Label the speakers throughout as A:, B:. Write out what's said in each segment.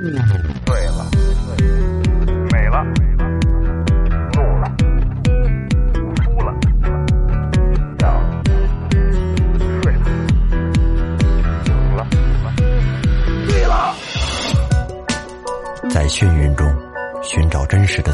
A: 醉了，美了，怒了，哭了，笑了，睡了，醒了，醉了。
B: 在眩晕中寻找真实的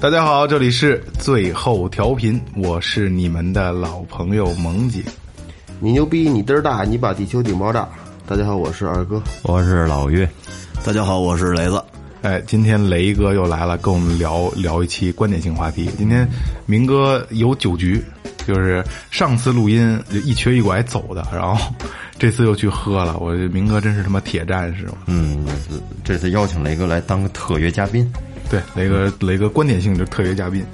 C: 大家好，这里是最后调频，我是你们的老朋友萌姐。
D: 你牛逼，你嘚儿大，你把地球顶爆炸。大家好，我是二哥。
B: 我是老岳，
E: 大家好，我是雷子。
C: 哎，今天雷哥又来了，跟我们聊聊一期观点性话题。今天明哥有酒局，就是上次录音就一瘸一拐走的，然后这次又去喝了。我这明哥真是他妈铁战士，
E: 嗯，这次邀请雷哥来当个特约嘉宾，
C: 对，雷哥，雷哥观点性就是特约嘉宾。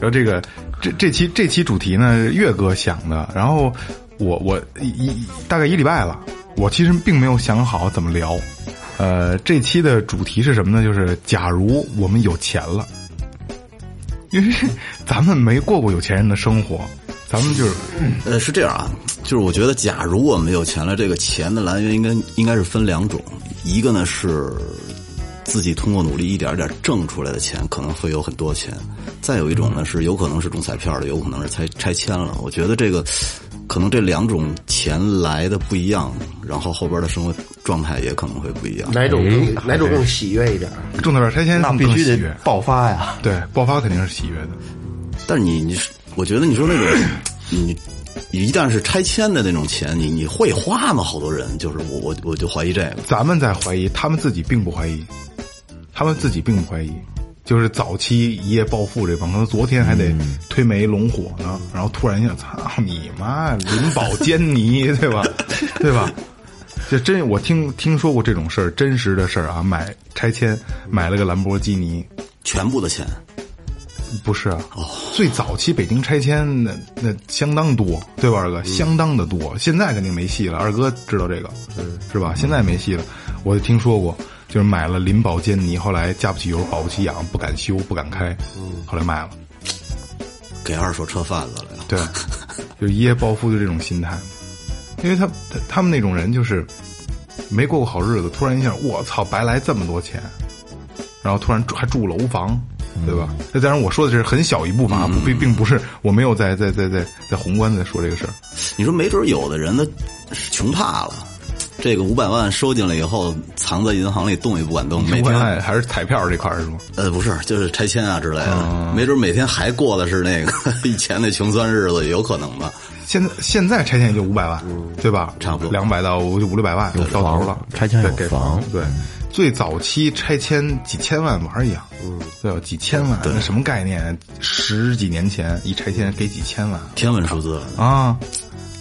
C: 然后这个这这期这期主题呢，岳哥想的。然后我我一一大概一礼拜了，我其实并没有想好怎么聊。呃，这期的主题是什么呢？就是假如我们有钱了，因为咱们没过过有钱人的生活，咱们就是
E: 呃，是这样啊，就是我觉得，假如我们有钱了，这个钱的来源应该应该是分两种，一个呢是自己通过努力一点点挣出来的钱，可能会有很多钱；再有一种呢是有可能是中彩票的，有可能是拆拆迁了。我觉得这个可能这两种钱来的不一样，然后后边的生活状态也可能会不一样。
D: 哪种更
B: 哎
D: 哪种更喜悦一点？
C: 中彩票拆迁
F: 那必
C: 更
F: 须
C: 喜
F: 得
C: 悦，
F: 爆发呀！
C: 对，爆发肯定是喜悦的。
E: 但是你你是，我觉得你说那种你。一旦是拆迁的那种钱，你你会花吗？好多人就是我我我就怀疑这个。
C: 咱们在怀疑，他们自己并不怀疑，他们自己并不怀疑，就是早期一夜暴富这帮，可能昨天还得推煤龙火呢，然后突然一下，操你妈，林宝坚尼， 对吧？对吧？这真我听听说过这种事儿，真实的事儿啊，买拆迁买了个兰博基尼，
E: 全部的钱，
C: 不是啊，最早期北京拆迁那那相当多，对吧，二哥？相当的多，现在肯定没戏了。二哥知道这个，是吧？现在没戏了。我就听说过，就是买了林宝坚尼，后来加不起油，保不起氧，不敢修，不敢开，后来卖了。
E: 给二手车贩子了呀。
C: 对， 就一夜暴富就这种心态，因为他他他们那种人就是没过过好日子，突然一下，我操，白来这么多钱，然后突然住还住楼房，对吧？那、当然我说的是很小一部分啊，不并并不是我没有在在在在在宏观的说这个事儿，
E: 你说没准有的人他穷怕了，这个五百万收进来以后，藏在银行里动也不敢动，每
C: 宏观
E: 天
C: 案还是彩票这块儿是吗？
E: 呃不是就是拆迁啊之类的，没准每天还过的是那个 以前那穷酸日子，有可能吧？
C: 现在现在拆迁也就五百万，对吧？
E: 差不多
C: 两百到五五六百万到头了。
F: 拆迁有
C: 对，给
F: 房，
C: 对。最早期拆迁几千万玩意儿，嗯，对吧？几千万，那什么概念？十几年前一拆迁给几千万
E: 天文数字，
C: 啊，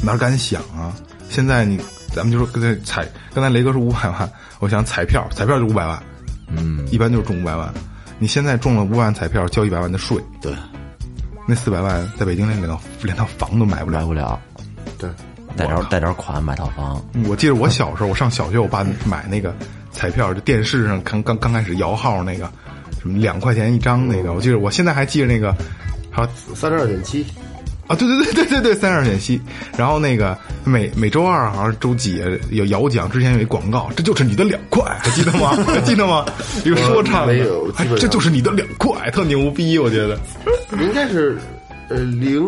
C: 哪敢想啊！现在你，咱们就说跟这彩，刚才雷哥说五百万， 我想彩票，彩票就五百万，嗯，一般就是中五百万。你现在中了五百万彩票，交一百万的税，
E: 对，
C: 那四百万在北京连连套连套房都买不了
F: 买。不了，
D: 对，
F: 贷点贷点款买套房，
C: 我记得我小时候，我上小学，我爸买那个彩票，就电视上刚刚刚开始摇号那个，什么两块钱一张那个，我记得我现在还记得那个，还有
D: 三十二 点七，
C: 啊，对对对对对对，三十二选七。然后那个每每周二好像周几有摇奖，之前有一广告，这就是你的两块，还记得吗？ 还记得吗？一个说唱的
D: 没有基
C: 哎
D: 本上
C: 这就是你的两块，特牛逼，我觉得。
D: 应该是呃零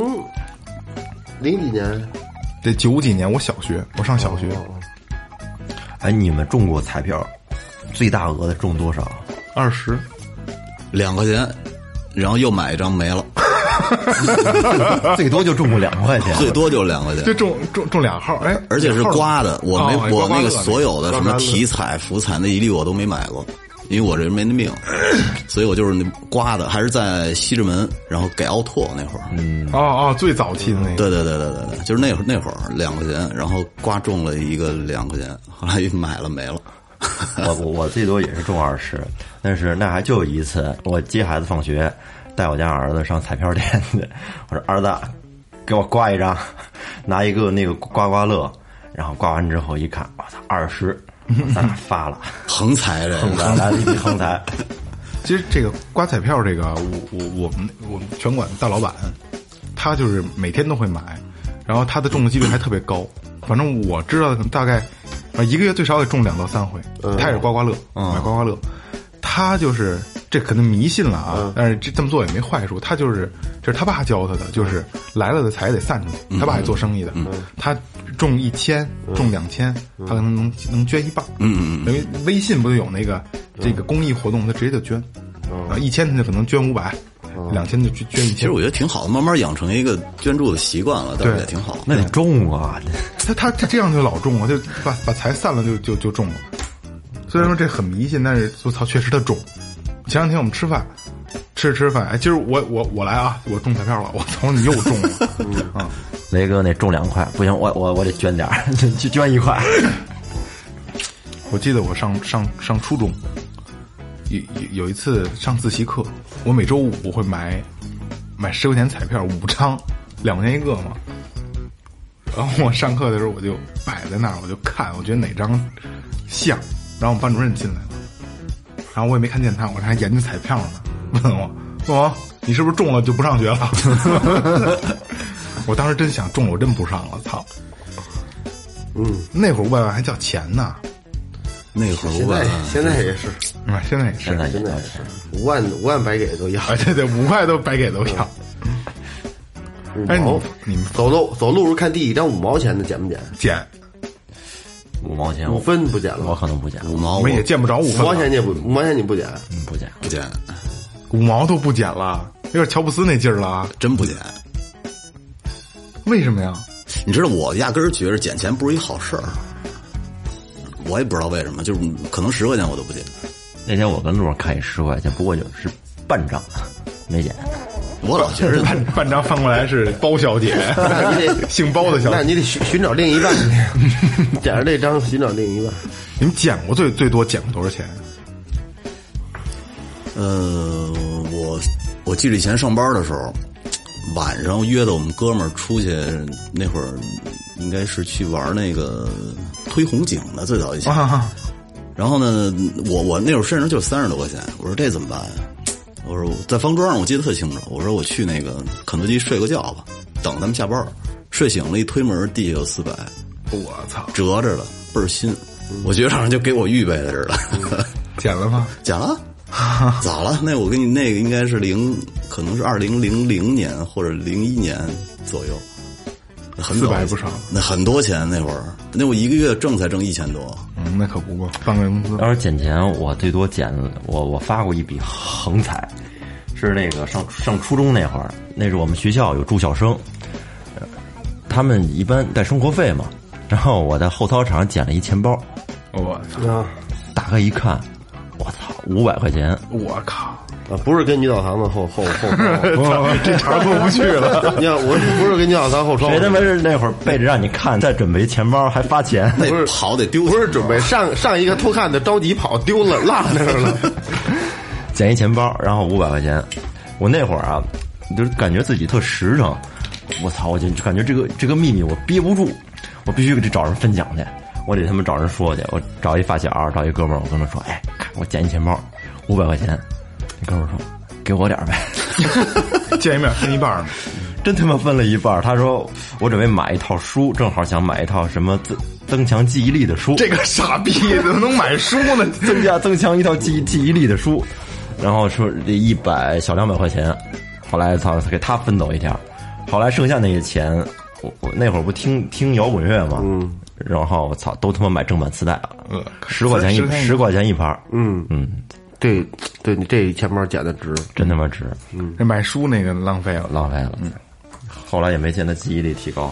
D: 零几年，
C: 这九几年我小学，我上小学
D: 哦
E: 哎，你们中过彩票，
F: 最大额的中多少？
C: 二十，
E: 两块钱，然后又买一张没了，
F: 最多就中过两块 钱。
E: 最多就两块
C: 就
E: 钱。
C: 中中中俩号，哎，
E: 而且是
C: 俩号
E: 刮的，我没
C: 哦哎
E: 我
C: 刮刮
E: 那个
C: 乐
E: 所有的
C: 刮
E: 什
C: 刮乐
E: 么体彩、福彩那一律我都没买过，因为我这没 那命，所以我就是那刮的，还是在西直门，然后给奥拓那会儿，
C: 哦哦，最早期的那个，
E: 对对对对对对，就是那会儿那会儿两块钱，然后刮中了一个两块钱，后来买了没了。
F: 我我我最多也是中二十，但是那还就一次，我接孩子放学，带我家儿子上彩票店去，我说儿子，给我刮一张，拿一个那个刮刮乐，然后刮完之后一看，我操，二十，咱 俩发了，
E: 横财这个，
F: 来来了一笔横财，
C: 其实这个刮彩票这个，我我我们我们拳馆大老板，他就是每天都会买，然后他的中的几率还特别高，反正我知道的大概，啊一个月最少得中两到三回，
E: 嗯
C: 他也是刮刮乐，买刮刮乐，他就是这可能迷信了
E: 嗯
C: 啊，但是这这么做也没坏处，他就是这是他爸教他的，就是来了的财得散出
E: 嗯
C: 去，他爸也做生意的，他中一千中两千，他可能能能捐一半，
E: 嗯嗯
C: 因
E: 嗯，
C: 为微信不就有那个这个公益活动，他直接就捐，啊，一千他就可能捐五百，两千就捐捐一
E: 其实
C: 千
E: 我。觉得挺好的，慢慢养成一个捐助的习惯了，倒是
C: 对
E: 也挺好。
F: 那得中啊，
C: 他他他这样就老中了，就把把财散了就就就中了。虽然说这很迷信，但是我操，确实他中。前两天我们吃饭，吃着吃着饭，哎，今儿我我我来啊，我中彩票了，我操，你又中了，啊，
F: 雷哥那中两块，不行，我我我得捐点儿， 去捐一块，
C: 我记得我上上上初中，有有有一次上自习课，我每周五会买买十块钱彩票五张，两块钱一个嘛。然后我上课的时候我就摆在那儿，我就看，我觉得哪张像。然后我们班主任进来了，然后我也没看见他，我这还研究彩票呢，问我问我你是不是中了就不上学了？ 我当时真想中了，我真不上了，操！嗯，那会儿五百万还叫钱呢，
E: 那会儿
D: 现在
E: 我
D: 现在也是，
C: 啊，现在也是
F: 真。的也
D: 现在
F: 要
D: 也是五万五万白给都要。
C: 啊，对对，五块都白给都要。
D: 五
C: 哎，
D: 毛，
C: 你你们哎
D: 走路走路时候看地一张五毛钱的捡不捡？
C: 捡，
F: 五毛钱，
D: 五
F: 我
D: 分不捡了，
F: 我可能不捡，
E: 五毛
C: 我
E: 我
C: 们也见不着五
D: 五
C: 分
D: 毛钱
C: 了，
D: 你也不五毛钱 你不捡，
F: 不捡。
E: 不捡，
C: 五毛都不捡了，有点乔布斯那劲儿了啊。
E: 真不捡。
C: 为什么呀？
E: 你知道我压根儿觉着捡钱不是一好事儿，我也不知道为什么，就是可能十块钱我都不捡。
F: 那天我跟路上看一十块钱，不过就是半张，没捡。
E: 我老觉着
C: 半 半张翻过来是包小 姐，
D: 那你得
C: 姓包哎的小
D: 那
C: 姐。
D: 你得寻寻找另一半， 捡着这张寻找另一半。
C: 你们捡过最最多捡过多少钱？
E: 呃，我我记得以前上班的时候，晚上约的我们哥们儿出去，那会儿应该是去玩那个推红警的，最早以前。
C: 啊，
E: 然后呢，我我那会儿身上就三十多块钱，我说这怎么办呀、啊我说我在方庄上，我记得特清楚。我说我去那个肯德基睡个觉吧，等他们下班儿。睡醒了，一推门，地下有四百，
C: 我操，
E: 折着了，倍儿新。我觉得好像就给我预备的似 的。
C: 捡了吗？
E: 捡了，咋了？那我跟你那个应该是零，可能是二零零零年或者零一年左右，很早
C: 400不少
E: 那很多钱那会儿，那我一个月挣才挣一千多，
C: 嗯，那可不嘛，半个月工资。
F: 要是捡钱，我最多捡我我发过一笔横财，是那个上上初中那会儿，那是我们学校有住校生，呃他们一般带生活费嘛，然后我在后操场捡了一钱包，
C: 我操，
D: 啊
F: 打开一看，我操，五百块钱，
C: 我靠，
D: 啊，不是跟女澡堂子后后 后后，
C: 这茬过 不去了。
D: 你看我不是跟女澡堂后窗
F: 谁，他妈是那会儿背着让你看，再准备一钱包还发钱？
E: 那跑得丢，
D: 不是准备上上一个偷看的着急跑丢了落那儿 了，
F: 捡一钱包，然后五百块钱。我那会儿啊，就是感觉自己特实诚。我操，我就就感觉这个这个秘密我憋不住，我必须给这找人分享去，我得他们找人说去。我找一发小，找一哥们儿，我跟他说，哎，看我捡一钱包，五百块钱。那哥们儿说，给我点儿呗。
C: 见一面分一半 呢。
F: 真他妈分了一半儿。他说我准备买一套书，正好想买一套什么增增强记忆力的书。
C: 这个傻逼怎么能买书呢？
F: 增加增强一套记忆记忆力的书，然后说这一百小两百块钱，后来操给他分走一条，后来剩下那些钱，我我那会儿不听听摇滚乐嘛，嗯，然后我操都他妈买正版磁带了，十块钱一十块钱一盘儿，
D: 嗯
F: 嗯，
D: 对对，你这钱包捡的值，
F: 真他妈值，
C: 那买书那个浪费了。
F: 浪费了。 后来也没见他记忆力提高，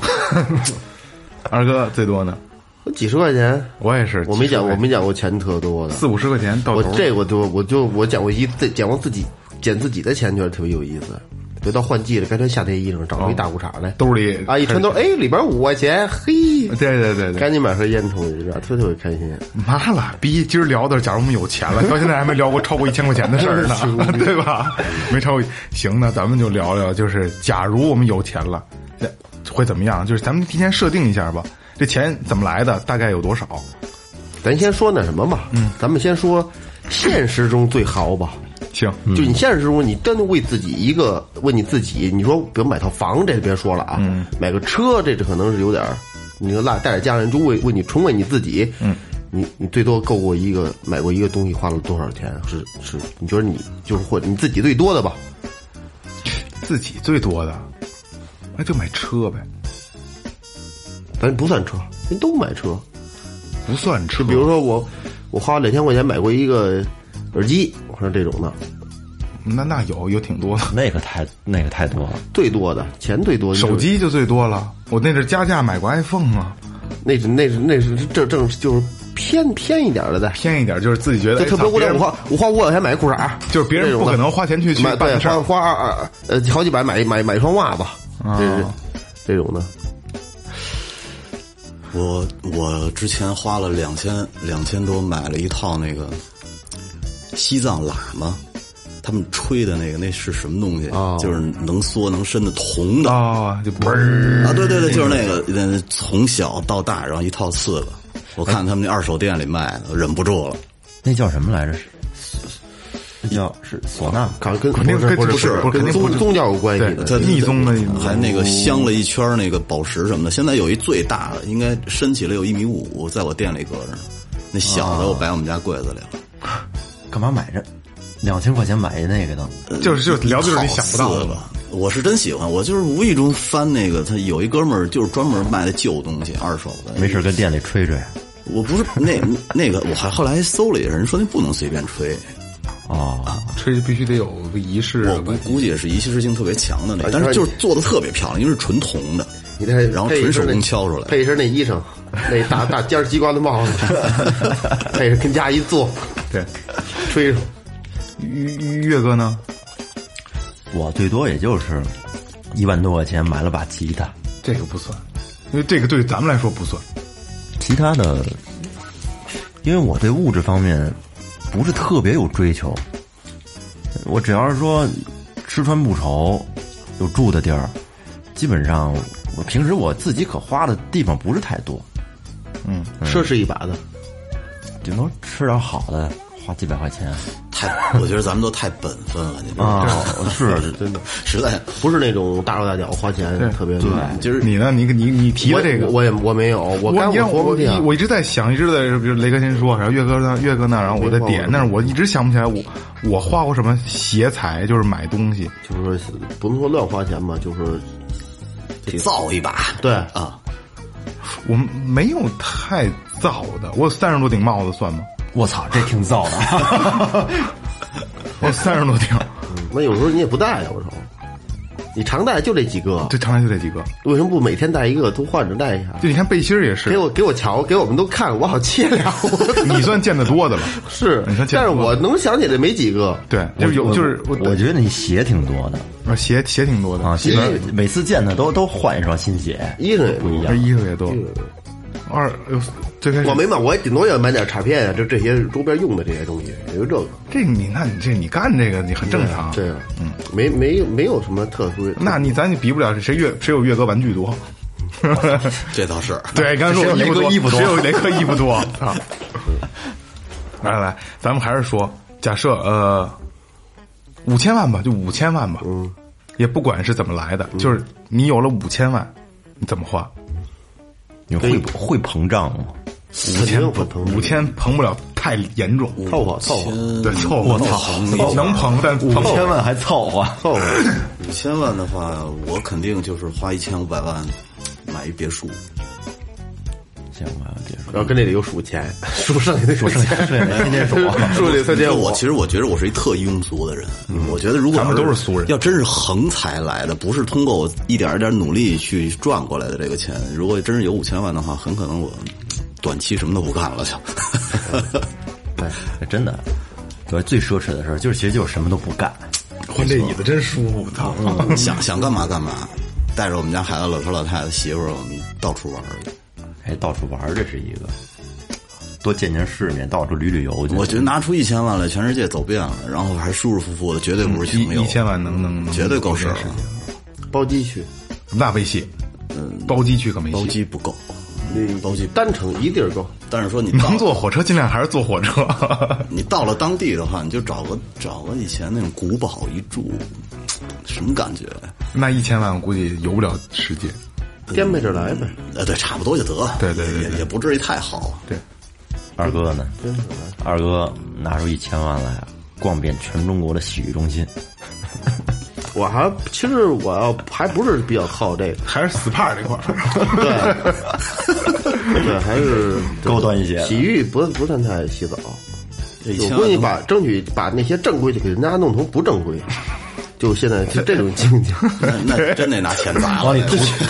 C: 二哥最多呢？
D: 我几十块钱，
C: 我也是，
D: 我没
C: 其实
D: 捡，我没捡过钱特多的。
C: 四五十块钱到
D: 我
C: 头，
D: 这我就我就我捡过一自捡过自己捡自己的钱，觉得特别有意思。别到换季了，该穿夏天衣裳，找了一大裤衩来，
C: 兜里
D: 啊一穿兜，哎，里边五块钱，嘿，
C: 对对对对，
D: 赶紧买盒烟抽一下，特特别开心。
C: 妈了逼！今儿聊的，假如我们有钱了，到现在还没聊过超过一千块钱的事儿 呢，对吧？没超过，行，那咱们就聊聊，就是假如我们有钱了，那会怎么样？就是咱们提前设定一下吧，这钱怎么来的，大概有多少？
D: 咱先说那什么吧，嗯，咱们先说现实中最豪吧。
C: 行，
D: 就你现实中，你真的为自己一个为你自己，你说比如买套房，这别说了啊，
C: 嗯
D: 买个车，这这可能是有点儿，你说带带点家人，就为为你纯为你自己，嗯，你你最多购过一个买过一个东西花了多少钱？是是，你觉得你就是或你自己最多的吧？
C: 自己最多的，那就买车呗，
D: 咱不算车，人都买车，
C: 不算车。
D: 就比如说我我花两千块钱买过一个耳机，我说这种的
C: 那那有有挺多的，
F: 那个太那个太多了，
D: 最多的钱最多的就是
C: 手机就最多了。我那是加价买过 iPhone 啊，
D: 那是那是那是正正就是偏偏一点儿的在。
C: 偏一点就是自己觉得哎
D: 就特别无聊，我花我花五百块钱买一裤衩儿，
C: 就是别人
D: 这种
C: 不可
D: 的
C: 能花钱去去
D: 买
C: 办
D: 对
C: 的事儿啊
D: 花花二二呃好几百买买买一双袜子，这是这种的。
E: 我我之前花了两千两千多买了一套那个西藏喇嘛，他们吹的那个那是什么东西？
D: 哦
E: 就是能缩能伸的铜的
C: 啊，就嘣儿。
E: 啊，对对对，就是那个，呃从小到大，然后一套四个，我看他们那二手店里卖的，忍不住了。
F: 那叫什么来着？是那叫是唢呐，
D: 好像跟
C: 肯定
D: 不
C: 跟
D: 是不是
C: 不是肯
D: 跟
C: 定不
D: 宗
C: 是
D: 宗教有关系的，
C: 对密宗哦的
E: 还那个镶了一圈那个宝石什么的。现在有一最大的，应该伸起来有一米五，在我店里搁着呢。那小
C: 啊
E: 的我摆我们家柜子里了。
F: 干嘛买这？两千块钱买一那个呢？
C: 就是就是聊就是你想不到
E: 的
C: 的
E: 吧？我是真喜欢，我就是无意中翻那个，他有一哥们儿就是专门卖的旧东西，二手的。
F: 没事跟店里吹吹。
E: 我不是那那个，我还后来还搜了一下，人说那不能随便吹，
F: 哦，
C: 吹必须得有个仪式
E: 我估估计也是一次性特别强的那
D: 哎
E: 个，但是
D: 你说
E: 就是做的特别漂亮，因为是纯铜的，
D: 你这
E: 然后纯手工敲出来
D: 配一身那衣裳，那大大尖儿鸡冠的帽子， 配着跟家一坐，
C: 对，
D: 吹着。
C: 岳岳哥呢？
F: 我最多也就是一万多块钱买了把吉他，
C: 这个不算，因为这个对咱们来说不算。
F: 其他的，因为我对物质方面不是特别有追求，我只要是说吃穿不愁，有住的地儿，基本上我平时我自己可花的地方不是太多，
C: 嗯
D: 奢侈一把的，
F: 顶多吃点好的，花几百块钱
E: 太，我觉得咱们都太本分了，你们
F: 啊， 是
D: 真的
E: 实在
D: 不是那种大手大脚花钱
C: 对
D: 特别对。
E: 就是
C: 你呢？你你你提
D: 我
C: 的这个，
D: 我也我没有，我干
C: 你让
D: 活
C: 我
D: 不
C: 我
D: 定
C: 我一直在想，一直在比如雷哥先说，然后岳哥那岳哥那，然后我在点，但是我一直想不起来我我花过什么邪财，就是买东西。
D: 就是不能说乱花钱吧，就是
E: 造一把，
D: 对
E: 啊，
C: 我没有太造的，我有三十多顶帽子算吗？
F: 我操，这挺燥的，
C: 我有三十多顶，
D: 那有时候你也不戴啊，我操！你常戴就这几个，
C: 这常来就这几个。
D: 为什么不每天戴一个，都换着戴一下？
C: 就你看背心儿也是
D: 给，我给我瞧，给我们都看，我好切 了。
C: 你算见得多的 了。
D: 是
C: 你说，见
D: 但是
C: 多
D: 我能想起来没几个。
C: 对，就是有就是
F: 我我觉得你鞋挺多的
C: 我鞋鞋挺多的
F: 啊，基本上每次见他都都换一双新鞋，
D: 衣裳也不一样，
C: 这衣服也多。二呃最开始
D: 我没买，我也顶多也买点卡片啊，就这些周边用的这些东西，也就这个。
C: 这个你那你这你干这个你很正常。
D: 对啊，嗯，没没没有什么特殊。
C: 那你咱就比不了谁越谁有越哥玩具多。
E: 这倒是。
C: 对，刚才说我
F: 谁有雷哥
C: 衣
F: 衣
C: 服
F: 服多
C: 多，谁有雷哥衣服 多？啊操！来来来，咱们还是说，假设呃五千万吧，就五千万吧，嗯，也不管是怎么来的，就是你有了五千万，你怎么花？
F: 你会会膨胀吗？
D: 肯定会膨胀
C: 五千膨不了太严重，
D: 凑合凑合
C: 对，凑合
E: 我操
C: 能膨能膨，但
F: 五
C: 膨不
F: 千
C: 了。
F: 万还凑合，
D: 凑合，
E: 五千万的话，我肯定就是花一千五百万买一别墅，
F: 行吧，别说。
D: 然后跟这里又数钱，数剩下的数钱，
F: 天天数
D: 数这三
E: 因为
D: 千五
E: 我。其实我觉得我是一特庸俗的人，我觉得如
C: 嗯
E: 果
C: 咱们
E: 要
C: 都是俗人
E: 要真是横财来的，不是通过我一点一点努力去赚过来的这个钱，如果真是有五千万的话，很可能我短期什么都不干了就。
F: 对，真的，对，最奢侈的事儿就是其实就是什么都不干。
C: 换这椅子真舒服，操！
E: 想想干嘛干嘛，带着我们家孩子、老头老太太、媳妇儿，我们到处玩儿去。
F: 哎，到处玩儿这是一个，多见见世面，到处旅旅游去。
E: 我觉得拿出一千万来，全世界走遍了，然后还舒舒服服的，绝对不是
C: 一
E: 穷游。
C: 嗯一千万能能能，
E: 绝对够
C: 事
E: 事
C: 儿
E: 儿啊
C: 了
E: 了。
D: 包机去，
C: 那没戏，包机去可没戏。
E: 包机不够，
C: 嗯
D: 那包机单程一地儿够，
E: 但是说你到
C: 能坐火车尽量还是坐火车。
E: 你到了当地的话，你就找个找个以前那种古堡一住，什么感觉？
C: 那一千万我估计游不了世界。
D: 颠沛着来呗。
C: 嗯
E: 呃，对，差不多就得了。
C: 对对对对
E: 也也不至于太好。
C: 对，
F: 二哥呢？二哥拿出一千万来，逛遍全中国的洗浴中心。
D: 我还其实我要还不是比较靠这个，
C: 还是 SPA 这块儿，
D: 对，还是
F: 高端一些
D: 洗浴不不算太洗澡，
E: 这一
D: 我
E: 千
D: 估
E: 万
D: 计把争取把那些正规的给人家弄成不正规，就现在是这种境界。
E: 那那真得拿钱砸了。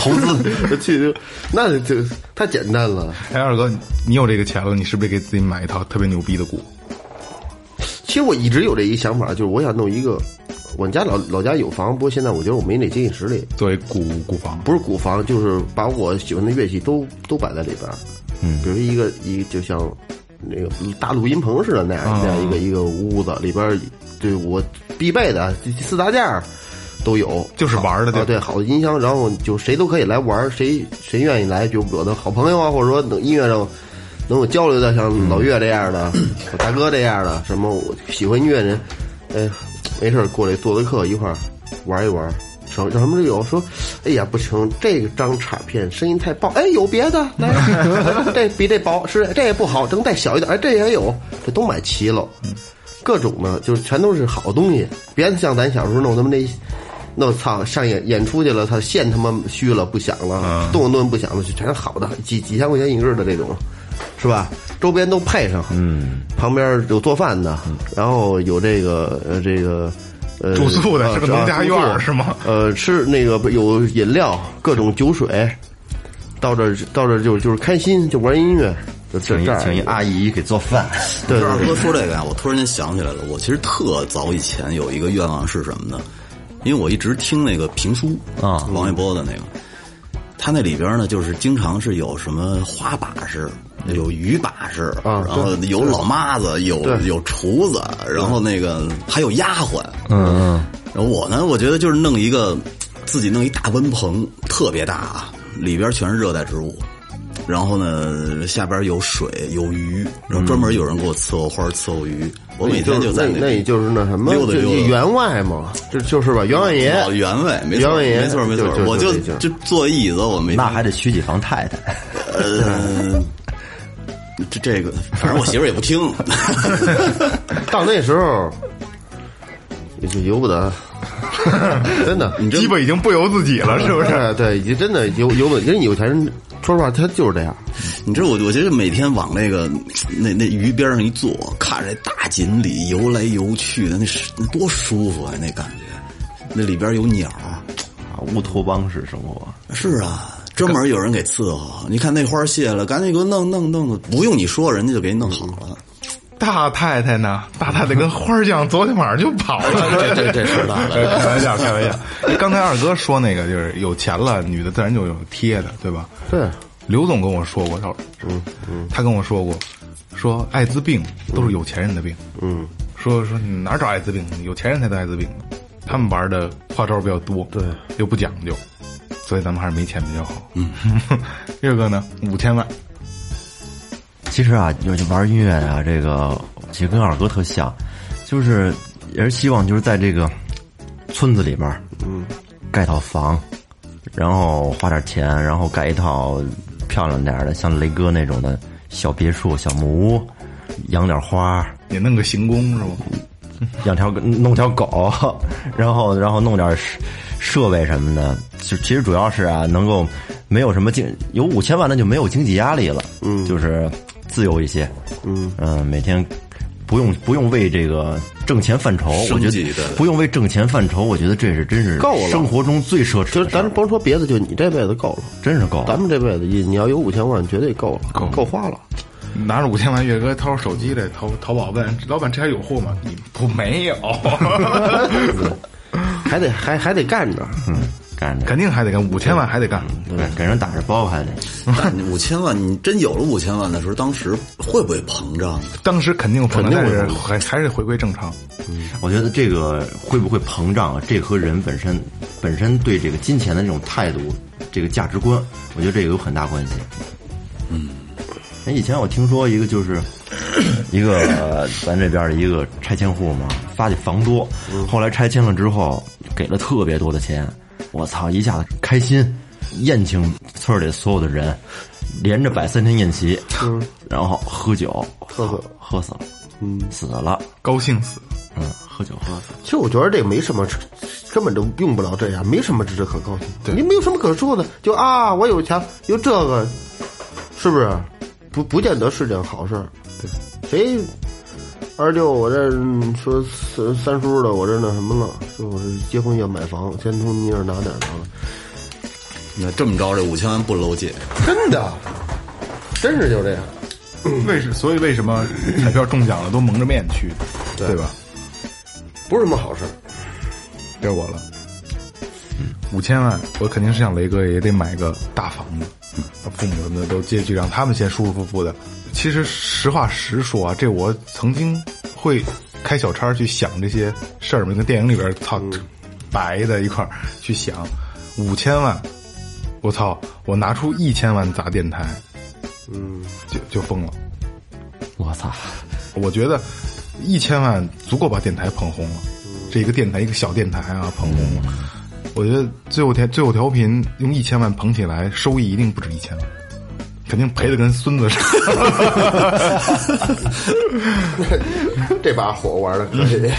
D: 投资 去，那就太简单了。
C: 哎，二哥，你有这个钱了，你是不是得给自己买一套特别牛逼的股？
D: 其实我一直有这一想法，就是我想弄一个，我们家老老家有房，不过现在我觉得我没那经济实力，
C: 作为股股房，
D: 不是古房，就是把我喜欢的乐器都都摆在里边儿。嗯，比如一个一个就像那个大录音棚似的那样、
C: 嗯
D: 那样一个一个屋子，里边儿对我必备的四大件儿都有，
C: 就是玩儿的地儿
D: 啊，对，好的音箱，然后就谁都可以来玩儿，谁谁愿意来，就我的好朋友啊，或者说能音乐上能有交流的，像老岳这样的，
C: 嗯
D: 我大哥这样的，什么我喜欢音乐人，哎，没事儿过来做做客，一块儿玩一玩。什什么都有，说，哎呀不行，这张卡片声音太爆，哎有别的来， 这比这薄是这也不好，能再小一点，哎这也有，这都买齐了。各种的，就是全都是好东西，别像咱小时候弄他妈那，弄操上演演出去了，他线他妈虚了不响
C: 啊
D: 了，动不动不响了，就全是好的，几几千块钱一根儿的这种，是吧？周边都配上，嗯，旁边有做饭的，然后有这个呃这个。呃，
C: 嗯住宿的
D: 呃
C: 是个
D: 啊
C: 农家院儿
D: 住宿
C: 是吗
D: 呃，吃那个有饮料，各种酒水，到这儿到这儿就就是开心，就玩音乐，就
F: 请
D: 这这
F: 一
D: 样
F: 请一阿姨给做饭，
D: 对
E: 这
D: 对
E: 二
D: 对
E: 哥说这个呀，我突然间想起来了，我其实特早以前有一个愿望是什么呢？因为我一直听那个评书
F: 啊
E: 王一波的那个，他那里边呢就是经常是有什么花把式，有鱼把式，
D: 嗯啊
E: 然后有老妈子，有
D: 对
E: 有厨子，然后那个还有丫鬟，
F: 嗯嗯，
E: 然后我呢，我觉得就是弄一个自己弄一大温棚，特别大啊，里边全是热带植物，然后呢下边有水有鱼，然后专门有人给我伺候花伺候鱼，我每天就在
D: 那那也
E: 里
D: 就是那什么，
E: 溜达
D: 就
E: 溜达
D: 一员外嘛，就就是吧，员外爷
E: 老原味，没
D: 原
E: 错
D: 味
E: 没错没错
D: 就，就
E: 我
D: 就
E: 就
D: 这劲儿
E: 就坐椅子，我 没
F: 那还得娶几房太太。
E: 呃。这这个，反正我媳妇儿也 不听，
D: 到那时候也就由不 得，真的，
E: 嗯
D: 你
C: 基本已经不由自己了，是不是？
D: 是对，已经真的由由不得，人有钱人说实话他就是这样，
E: 你知道我，我觉得每天往那个那那鱼边上一坐，看着那大锦鲤游来游去的，那是那多舒服啊！那感觉，那里边有鸟。
F: 啊，乌托邦式生活，
E: 是啊，专门有人给伺候。你看那花谢了，赶紧给我弄弄弄，不用你说，人家就给你弄好 了。
C: 大太太呢？大太太跟花儿酱昨天晚上就跑 了。
E: 这这这是 大的。
C: 啊开玩笑，开玩笑。刚才二哥说那个就是有钱了，女的自然就有贴的，对吧？
D: 对，
C: 刘总跟我说过，他说，嗯嗯，他跟我说过，说艾滋病都是有钱人的病，
D: 嗯，
C: 说说你哪儿找艾滋病？有钱人才得艾滋病，他们玩的花招比较多，对，又不讲究，所以咱们还是没钱比较好。 嗯，月哥呢？五千万，
F: 其实啊，有玩音乐啊，这个其实跟二哥特像，就是也是希望就是在这个村子里面，嗯，盖套房，然后花点钱，然后盖一套漂亮点儿的，像雷哥那种的小别墅、小木屋，养点花，
C: 也弄个行宫是吗？
F: 养条弄条狗， 然后然后弄点设设备什么的，就其实主要是啊，能够没有什么经有五千万，那就没有经济压力了，嗯，就是自由一些，嗯每天不用不用为这个挣钱犯愁，我
E: 生
F: 觉
E: 计
F: 得
E: 对
F: 不用为挣钱犯愁，我觉得这是真是
D: 够了
F: 生活中最奢侈
D: 就
F: 的
D: 是
F: 事儿，
D: 咱甭说别的，就你这辈子够了，
F: 真是够了
D: 咱。们这辈子你你要有五千万绝对够了，够花了，
C: 拿着五千万，岳哥掏出手机来，淘淘宝问老板这还有货吗？你不没 有，
D: 还得还还得干着，
F: 嗯，干着
C: 肯定还得干，五千万还得干。
F: 对，给人打着包还得，
E: 但你五千万，你真有了五千万的时候，当时会不会膨胀？
C: 当时肯定不能，
D: 肯定
C: 但
D: 不
C: 是
D: 能
C: 还还是回归正常。
F: 我觉得这个会不会膨胀啊？这和人本身本身对这个金钱的这种态度、这个价值观，我觉得这个有很大关系。嗯，哎，以前我听说一个就是。一个呃咱这边的一个拆迁户嘛，发的房多，后来拆迁了之后给了特别多的钱，我操，一下子开心，宴请村儿里所有的人，连着摆三天宴席，然后喝酒，
D: 喝死了
F: 喝死了，嗯，死了，
C: 高兴死，
F: 嗯，喝酒喝死了。
D: 其实我觉得这没什么，根本就用不了这样，没什么值得可高兴。你没有什么可说的，就啊，我有钱，有这个，是不是？不不见得是件好事儿。对，谁二舅我这嗯说三三叔的，我这那什么了，说我这结婚要买房，先从你那儿拿点儿拿了。
E: 那这么着，这五千万不搂姐，
D: 真的，真是就这样。
C: 为什所以为什么彩票中奖了都蒙着面去，
D: 对
C: 对吧？
D: 不是什么好事儿。
C: 该我了，嗯五千万，我肯定是像雷哥也得买个大房子，嗯父母什么的都接去，让他们先舒舒服服的。其实实话实说啊，这我曾经会开小差去想这些事儿嘛，跟电影里边操白的一块儿去想，五千万，我操，我拿出一千万砸电台，
D: 嗯，
C: 就就疯了。
F: 我操！
C: 我觉得一千万足够把电台捧红了，这一个电台一个小电台啊捧红了。我觉得最后调最后调频用一千万捧起来，收益一定不止一千万，肯定赔的跟孙子似的。
D: 这把火玩的可以。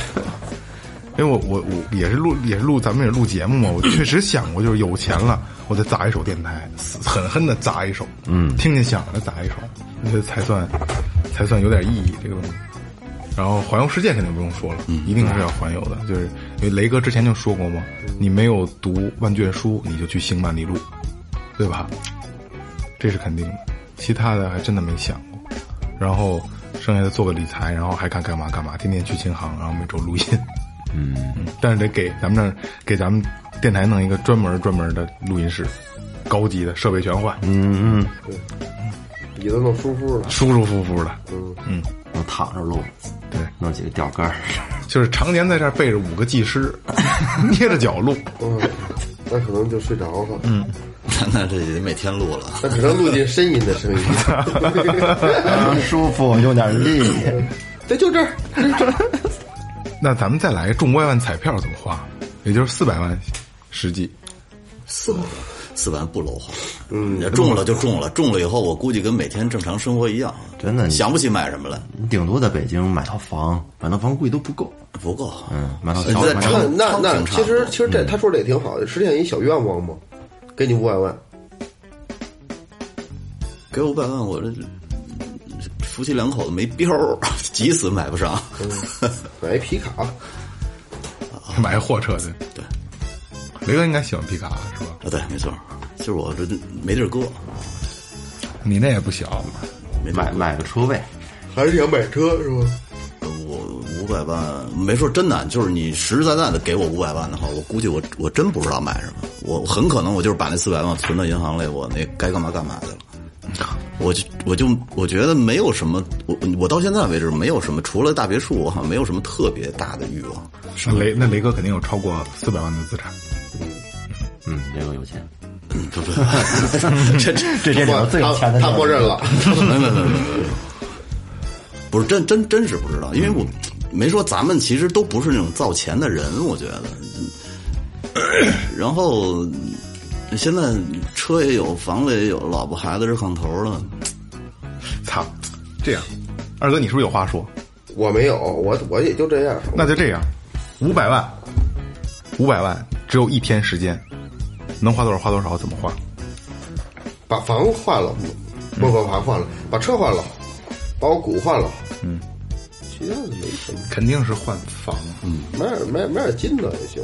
C: 因为我我我也是录也是录咱们也录节目嘛，我确实想过，就是有钱了，我再砸一手电台，死狠狠的砸一手，嗯，听见响了砸一手，我觉得才算才算有点意义这个东西。然后环游世界肯定不用说了，一定是要环游的，就是因为雷哥之前就说过嘛，你没有读万卷书，你就去行万里路，对吧？这是肯定的，其他的还真的没想过。然后剩下的做个理财，然后还看干嘛干嘛，天天去琴行，然后每周录音。嗯，但是得给咱们这儿给咱们电台弄一个专门专门的录音室，高级的设备全换，嗯，
D: 椅子弄舒服 了，
C: 舒舒服服的，嗯
F: 我躺着录，
C: 对，
F: 弄几个吊杆 儿，
C: 就是常年在这儿背着五个技师， 捏着脚录。
D: 嗯，那可能就睡着了。嗯，
E: 那 那这也得每天录了。
D: 那只能录进呻吟的声音。
F: 啊舒服，用点力。
D: 对，就这儿。
C: 那咱们再来中五百万彩票怎么花？也就是四百万实际，
E: 四百万，四百万不搂花。嗯，中了就中了，中了以后我估计跟每天正常生活一样，
F: 真的你
E: 想不起买什么了，
F: 你 顶多在北京买套房，买套房估计都不够。
E: 不够。啊
F: 嗯，买套
E: 你
F: 小
E: 在
F: 买
E: 城
F: 套
D: 那那那，
E: 挺差
D: 其
E: 不多
D: 实其实这他说这也挺好的，实现一小愿望嘛，给你五百万，
E: 给五百万，我这夫妻两口子没标儿， 急死买不上。
F: 嗯
D: 买一皮卡，
C: 买货车去。啊对，雷哥应该喜欢皮卡是吧？
E: 啊，对，没错，就是我这没地儿搁，
C: 你那也不小，
E: 没地儿
F: 买
E: 搁
F: 买个车位，
D: 还是想买车是吧？
E: 我五百万没说真的，就是你实实在在的给我五百万的话，我估计我我真不知道买什么，我很可能我就是把那四百万存到银行里，我那该干嘛干嘛去了。我就我就我觉得没有什么，我我到现在为止没有什么，除了大别墅，我好像没有什么特别大的欲望。
C: 那雷那雷哥肯定有超过四百万的资产。
F: 嗯，这个有钱，
E: 嗯不不，不这这
F: 这这里头最有钱的
D: 他默认 了，
E: 没没没没没，不是真真真是不知道，因为我没说咱们其实都不是那种造钱的人，我觉得。然后现在车也有，房子也有，老婆孩子是炕头 了，
C: 操，这样，二哥你是不是有话说？
D: 我没有，我我也就这样。
C: 那就这样，五百万，五百万只有一天时间，能花多少花多少，怎么花？
D: 把房换了，不不把换了，把车换了，把我股换了，嗯，其他的没什么，
C: 肯定是换房，嗯，
D: 买点买买点金的也行，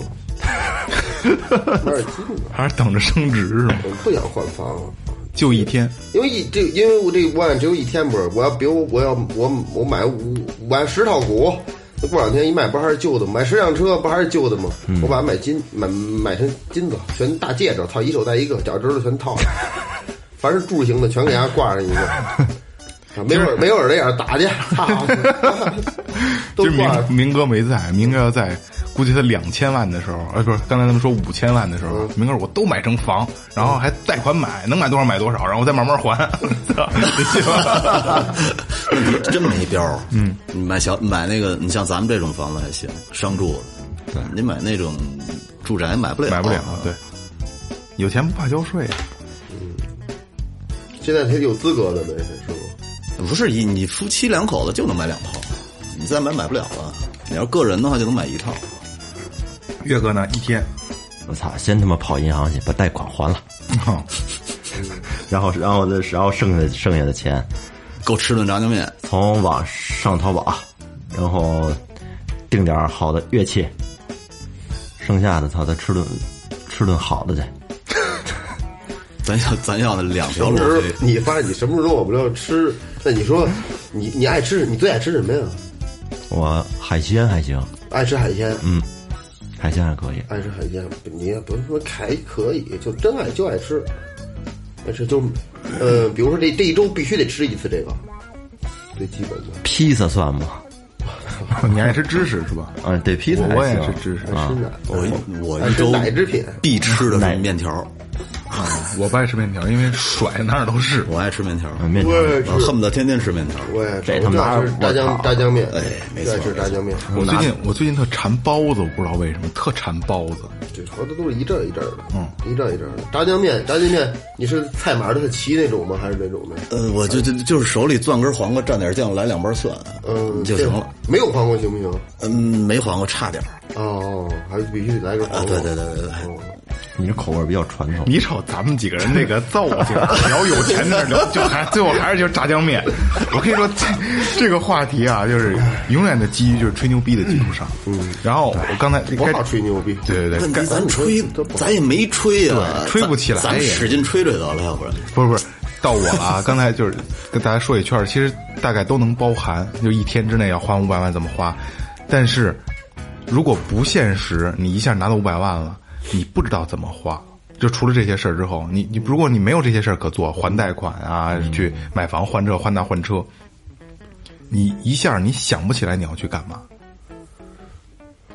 D: 买点金的。
C: 还是等着升值是吗？
D: 我不想换房了，啊
C: 就一天，
D: 因为一这，因为我这五万只有一天不是，我要比如我要我我买五买十套股，那过两天一卖不还是旧的吗？买十辆车不还是旧的吗？
C: 嗯
D: 我把它买金买买成金子，全大戒指，套一手戴一个，脚趾头全套上，凡是柱形的全给它挂上一个。 啊没有没有这样打去，操都
C: 就是
D: 挂上
C: 明明哥没在，明哥要在，估计他两千万的时候，呃，不是，刚才他们说五千万的时候，明哥说我都买成房，然后还贷款买，能买多少买多少，然后我再慢慢 还，操你信吗？
E: 真没标儿。嗯，你买小买那个，你像咱们这种房子还行，商住的。对，你买那种住宅买不了，啊
C: 买不了，对，有钱不怕交税啊，
D: 现在他有资格的呗，是不？
E: 不是你你夫妻两口子就能买两套，你再买买不了了。你要个人的话就能买一套，
C: 岳哥呢一天，
F: 我操，先他妈跑银行去把贷款还了，
C: 哦
F: 然后然后然后剩下的剩下的钱
E: 够吃顿炸酱面。
F: 从网上淘宝，然后订点好的乐器，剩下的操再吃顿吃顿好的去。
E: 咱要咱要的两条
D: 什么
E: 路
D: 时候
E: 可以
D: 你发现你什么时候我不要吃？那你说你你爱吃你最爱吃什么呀？
F: 我海鲜还行，
D: 爱吃海鲜，嗯，
F: 海鲜还可以。
D: 爱吃海鲜，你也不是说还可以，就真爱就爱吃，爱吃就，呃，比如说这这一周必须得吃一次这个，最基本的。
F: 披萨算吗？
C: 你爱吃芝士是吧？
F: 啊，对，披萨
C: 我
F: 还行
C: 我也是啊芝士，
D: 爱吃奶，
E: 我一我
D: 爱
E: 啊一
D: 吃
E: 周
D: 哎奶制品，
E: 必吃的是面条，
C: 我不爱吃面条，因为甩哪儿都是。
E: 我爱吃面条，
C: 啊
F: 嗯面条
D: 我也
E: 我
D: 吃，
E: 恨不得天天吃面条。
D: 我也吃，
F: 这他妈
D: 我就爱吃炸
F: 我
D: 酱
F: 操
D: 炸酱面，
E: 哎没错
D: 就爱吃炸酱面，
C: 我最近我最近特馋包子，我不知道为什么特馋包子。
D: 这好多都是一阵儿一阵儿的，嗯，一阵儿一阵儿的。炸酱面，炸酱面，你是菜码的齐那种吗？还是那种的？
E: 呃，我就就就是手里攥根黄瓜，蘸点酱，来两瓣蒜，
D: 嗯，
E: 就
D: 这
E: 行了。
D: 没有黄瓜行不行？
E: 嗯，没黄瓜差点儿
D: 哦，还必须得来个
E: 啊，
D: 黄瓜。
E: 对对对对对，
D: 哦。
F: 你这口味比较传统。
C: 你瞅咱们几个人那个造型，聊有钱的聊，就还最后还是就是炸酱面。我跟你说，这这个话题啊，就是永远的基于就是吹牛逼的基础上。嗯，然后我刚才
D: 不
C: 该
D: 好吹牛逼，
C: 对对
E: 问
C: 对，
E: 题咱吹，咱也没吹啊，
C: 哎吹不起来
E: 咱咱
C: 也
E: 使劲吹吹得了，要不然
C: 不是不是，到我了啊！刚才就是跟大家说一圈儿，其实大概都能包含，就一天之内要花五百万怎么花。但是如果不现实，你一下拿到五百万了，你不知道怎么花。就除了这些事儿之后，你你如果你没有这些事儿可做，还贷款啊，去买房换这换那换车，你一下你想不起来你要去干嘛，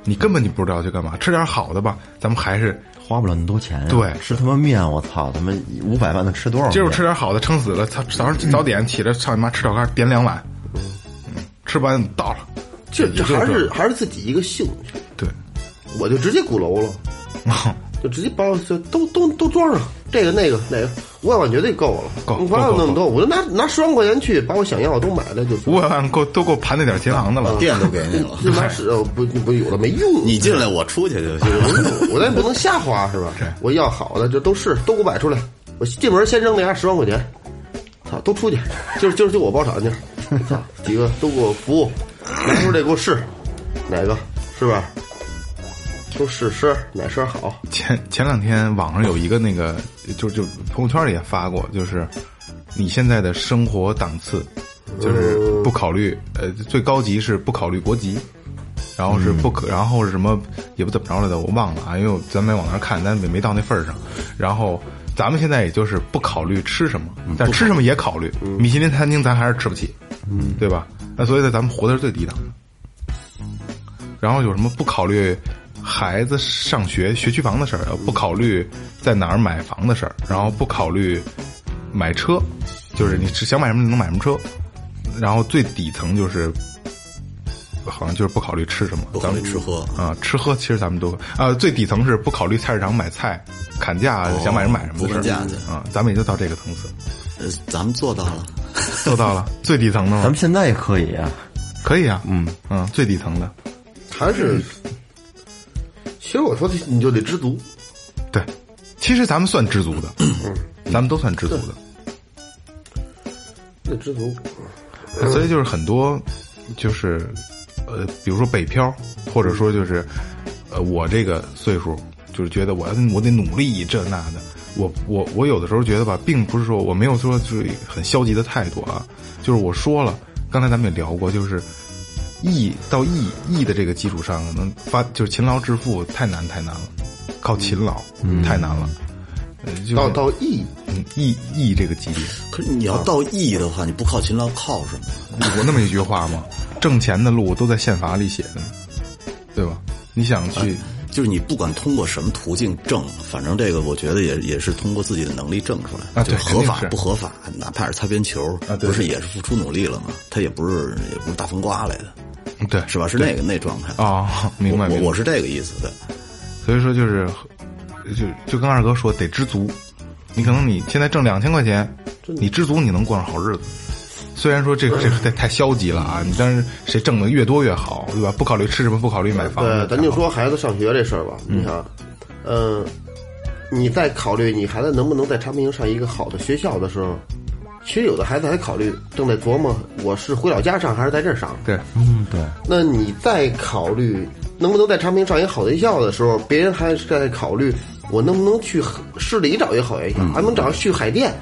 C: 你根本你不知道要去干嘛。吃点好的吧，咱们还是
F: 花不了那么多钱呀、
C: 对
F: 吃他妈面，我操，他妈五百万能吃多少？
C: 今儿我吃，点好的，撑死了。早早上早点起来上你妈吃早饭，点两碗，嗯，吃完到了。
D: 这这还
C: 也
D: 是
C: 就
D: 还是自己一个兴趣，
C: 对，
D: 我就直接鼓楼了，就直接包就都都都装上这个那个哪个，五百万绝对够了，
C: 够
D: 不要
C: 够够
D: 那么多，我就拿拿十万块钱去把我想要的都买了就行。
C: 五百万够都够盘那点钱行的
D: 啊
C: 了。
E: 电都给你 了。
D: 就拿十呃不不有的没用，
E: 你进来，我出去就行。
D: 我咱也不能瞎花是吧？我要好的，这都是都给我摆出来。我进门先扔那家十万块钱，操，都出去，就是就是就我包场去，操，几个都给我服务，拿出这给我试，哪个是吧？都试试哪身好，
C: 前前两天网上有一个那个，就就朋友圈里也发过，就是你现在的生活档次，就是不考虑呃最高级是不考虑国籍，然后是不可，然后是什么也不怎么着来的，我忘了啊，因为我咱没往那儿看，咱也没到那份儿上。然后咱们现在也就是不考虑吃什么，但吃什么也嗯考虑，嗯米其林餐厅咱还是吃不起，对吧？那所以呢，咱们活的是最低档的。然后有什么不考虑孩子上学学区房的事儿，呃不考虑在哪儿买房的事儿，然后不考虑买车，就是你只想买什么你能买什么车，然后最底层就是好像就是不考虑吃什么，
E: 不考
C: 咱
E: 虑
C: 们
E: 吃喝，
C: 啊、吃喝其实咱们都啊、最底呃层是不考虑菜市场买菜砍价、想买什么买什么
E: 哦不
C: 的
E: 分
C: 事
E: 价
C: 儿
E: 去
C: 啊、咱们也就到这个层次，
E: 呃咱们做到了。
C: 做到 了最底层的
F: 咱们
C: 吗？
F: 现在也可以啊。
C: 可以啊，嗯嗯，最底层的，
D: 还是。其实我说的你就得知足，
C: 对，其实咱们算知足的，
E: 嗯
C: 咱们都算知足的。
D: 得知足。
C: 所以就是很多，就是呃，比如说北漂，或者说就是呃，我这个岁数，就是觉得我要我得努力这那的。我我我有的时候觉得吧，并不是说我没有说就是很消极的态度啊，就是我说了，刚才咱们也聊过，就是义到义义的这个基础上，可能发就是勤劳致富太难太难了，靠勤劳、太难了，呃就是、
D: 到到 E
C: 嗯义义这个级别，
E: 可是你要到意义的话，你不靠勤劳靠什么呀？
C: 有那么一句话吗？挣钱的路都在宪法里写着呢，对吧？你想去，
E: 就是你不管通过什么途径挣，反正这个我觉得也也是通过自己的能力挣出来的
C: 啊
E: 就
C: 对
E: 是合法
C: 肯定是
E: 不合法，哪怕是擦边球，
C: 啊对
E: 不是也是付出努力了吗？他也不是也不是大风刮来的，
C: 对
E: 是吧？是那个那状态。
C: 啊、明白
E: 嗯我
C: 明白
E: 我。我是这个意思的。
C: 所以说就是，就就跟二哥说，得知足。你可能你现在挣两千块钱，你知足，你能过上好日子。虽然说这这太太消极了啊，你但是谁挣的越多越好，对吧？不考虑吃什么，不考虑买房
D: 对，
C: 子，
D: 咱就说孩子上学这事儿吧，你想，嗯、你在考虑你孩子能不能在昌平上一个好的学校的时候，其实有的孩子还考虑正在琢磨我是回老家上还是在这儿上。
C: 嗯对，
D: 那你在考虑能不能在昌平上一个好学校的时候，别人还是在考虑我能不能去市里找一个好学校，
E: 嗯
D: 还能找去海淀。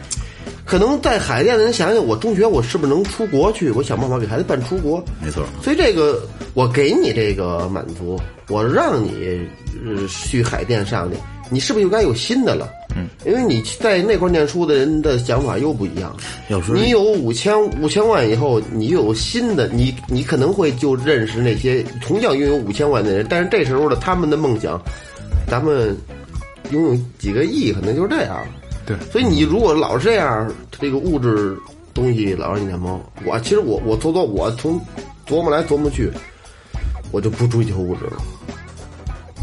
D: 可能在海淀的人想想，我中学我是不是能出国去？我想办法给孩子办出国。
E: 没错
D: 所以这个我给你这个满足，我让你呃去海淀上去，你是不是又该有新的了？嗯，因为你在那块儿念书的人的想法又不一样。
E: 要说
D: 你有五千五千万以后，你又有新的，你你可能会就认识那些同样拥有五千万的人，但是这时候的他们的梦想，咱们拥有几个亿，可能就是这样。
C: 对
D: 所以你如果老是这样，这个物质东西老让你眼蒙，我其实我我琢磨，我从琢磨来琢磨去，我就不追求物质了。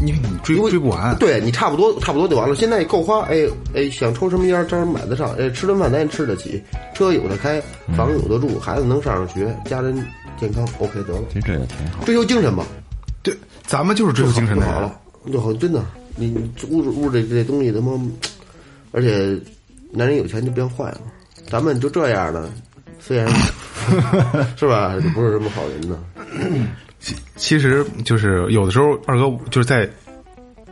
C: 因为你追
D: 因为
C: 追不完，
D: 对你差不多差不多就完了。现在够花，哎哎，想抽什么烟，照样买得上，哎，吃顿饭咱也吃得起，车有的开，房有的住，孩子能上上学，家人健康，OK 得了。
F: 其实这也挺好。
D: 追求精神吧，
C: 对，咱们就是追求精神
D: 就
C: 的
D: 好
C: 人
D: 了，就好，真的，你你物质物质这东西他妈，而且男人有钱就变坏了，咱们就这样了，虽然是吧，也不是什么好人呢。
C: 其实就是有的时候，二哥就是在